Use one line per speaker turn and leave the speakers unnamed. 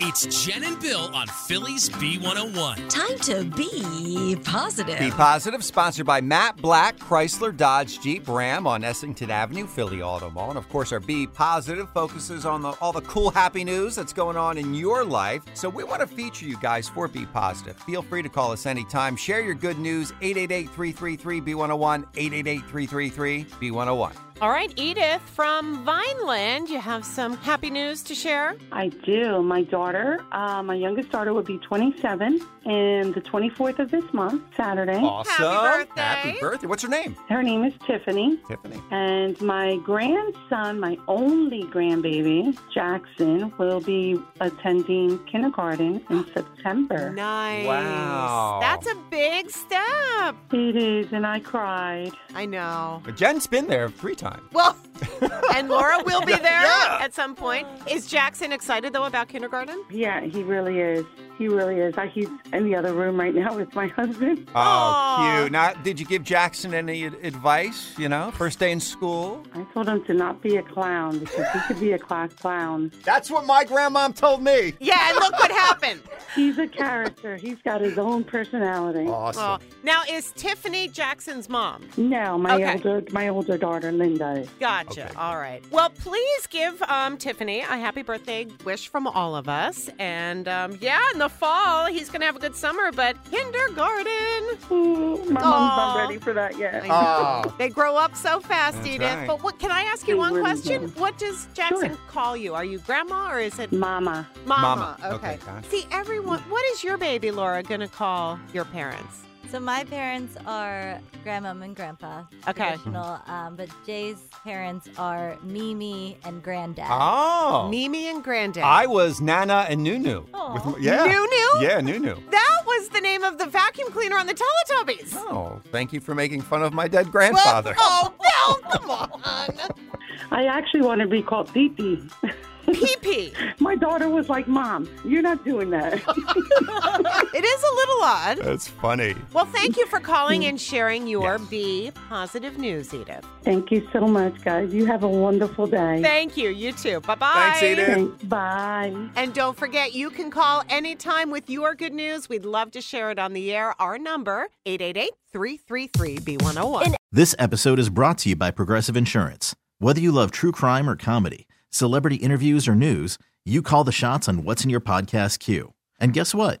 It's Jen and Bill on Phillies B101.
Time to be positive.
Be Positive, sponsored by Matt Black, Chrysler, Dodge, Jeep, Ram on Essington Avenue, Philly Auto Mall. And of course, our Be Positive focuses on the, all the cool, happy news that's going on in your life. So we want to feature you guys for Be Positive. Feel free to call us anytime. Share your good news, 888-333-B101, 888-333-B101.
All right, Edith from Vineland, you have some happy news to share.
I do. My daughter, uh, my youngest daughter, will be 27, and the 24th of this month, Saturday.
Awesome.
birthday.
Happy birthday. What's her name?
Her name is Tiffany,
Tiffany.
and my grandson, my only grandbaby, Jackson, will be attending kindergarten in September.
Nice.
Wow.
That's a big step.
It is, and I cried.
I know.
But Jen's been there three times.
Well, and Laura will be there at some point. Is Jackson excited though about kindergarten?
Yeah, he really is. He really is. I, he's in the other room right now with my husband.
Oh,
Aw.
cute. Now, did you give Jackson any ad- advice, you know, first day in school?
I told him to not be a clown because he could be a class clown.
That's what my grandmom told me.
Yeah, and look what happened.
He's a character. He's got his own personality.
Awesome.
Well, Oh, now is Tiffany Jackson's mom?
No, my
Okay.
older my older daughter Linda.
Gotcha.
Okay.
All right. Well, please give um, Tiffany a happy birthday wish from all of us. And um, yeah, in the fall, he's going to have a good summer, but kindergarten.
Ooh,
Mm.
my mom's
Aw.
not ready for that yet.
Oh,
They grow up so fast,
That's
Edith.
right.
But what can I ask you
They
one
really
question?
do.
What does Jackson
Sure.
call you? Are you grandma or is it
Mama,
mama?
Mama.
Okay.
Okay, gotcha.
See, everyone, what is your baby Laura going to call your parents?
So my parents are grandmom and grandpa.
Okay.
Traditional, um, but Jay's parents are Mimi and granddad.
oh.
Mimi and granddad.
I was Nana and Nunu.
Aw.
With my- yeah.
Nunu?
Yeah, Nunu.
That was the name of the vacuum cleaner on the Teletubbies.
Oh, thank you for making fun of my dead
Well,
grandfather.
oh, Bill, come on.
I actually want to be called Dee Dee.
Pee pee.
my daughter was like, "Mom, you're not doing that."
It is a little odd.
That's funny.
Well, thank you for calling and sharing your B positive news, Edith.
Thank you so much, guys. You have a wonderful day.
Thank you. You too. Bye bye.
Thanks, Edith.
Thanks. Bye.
And don't forget, you can call anytime with your good news. We'd love to share it on the air. Our number, 888-333-B101.
This episode is brought to you by Progressive Insurance. Whether you love true crime or comedy, celebrity interviews or news, you call the shots on what's in your podcast queue. And guess what?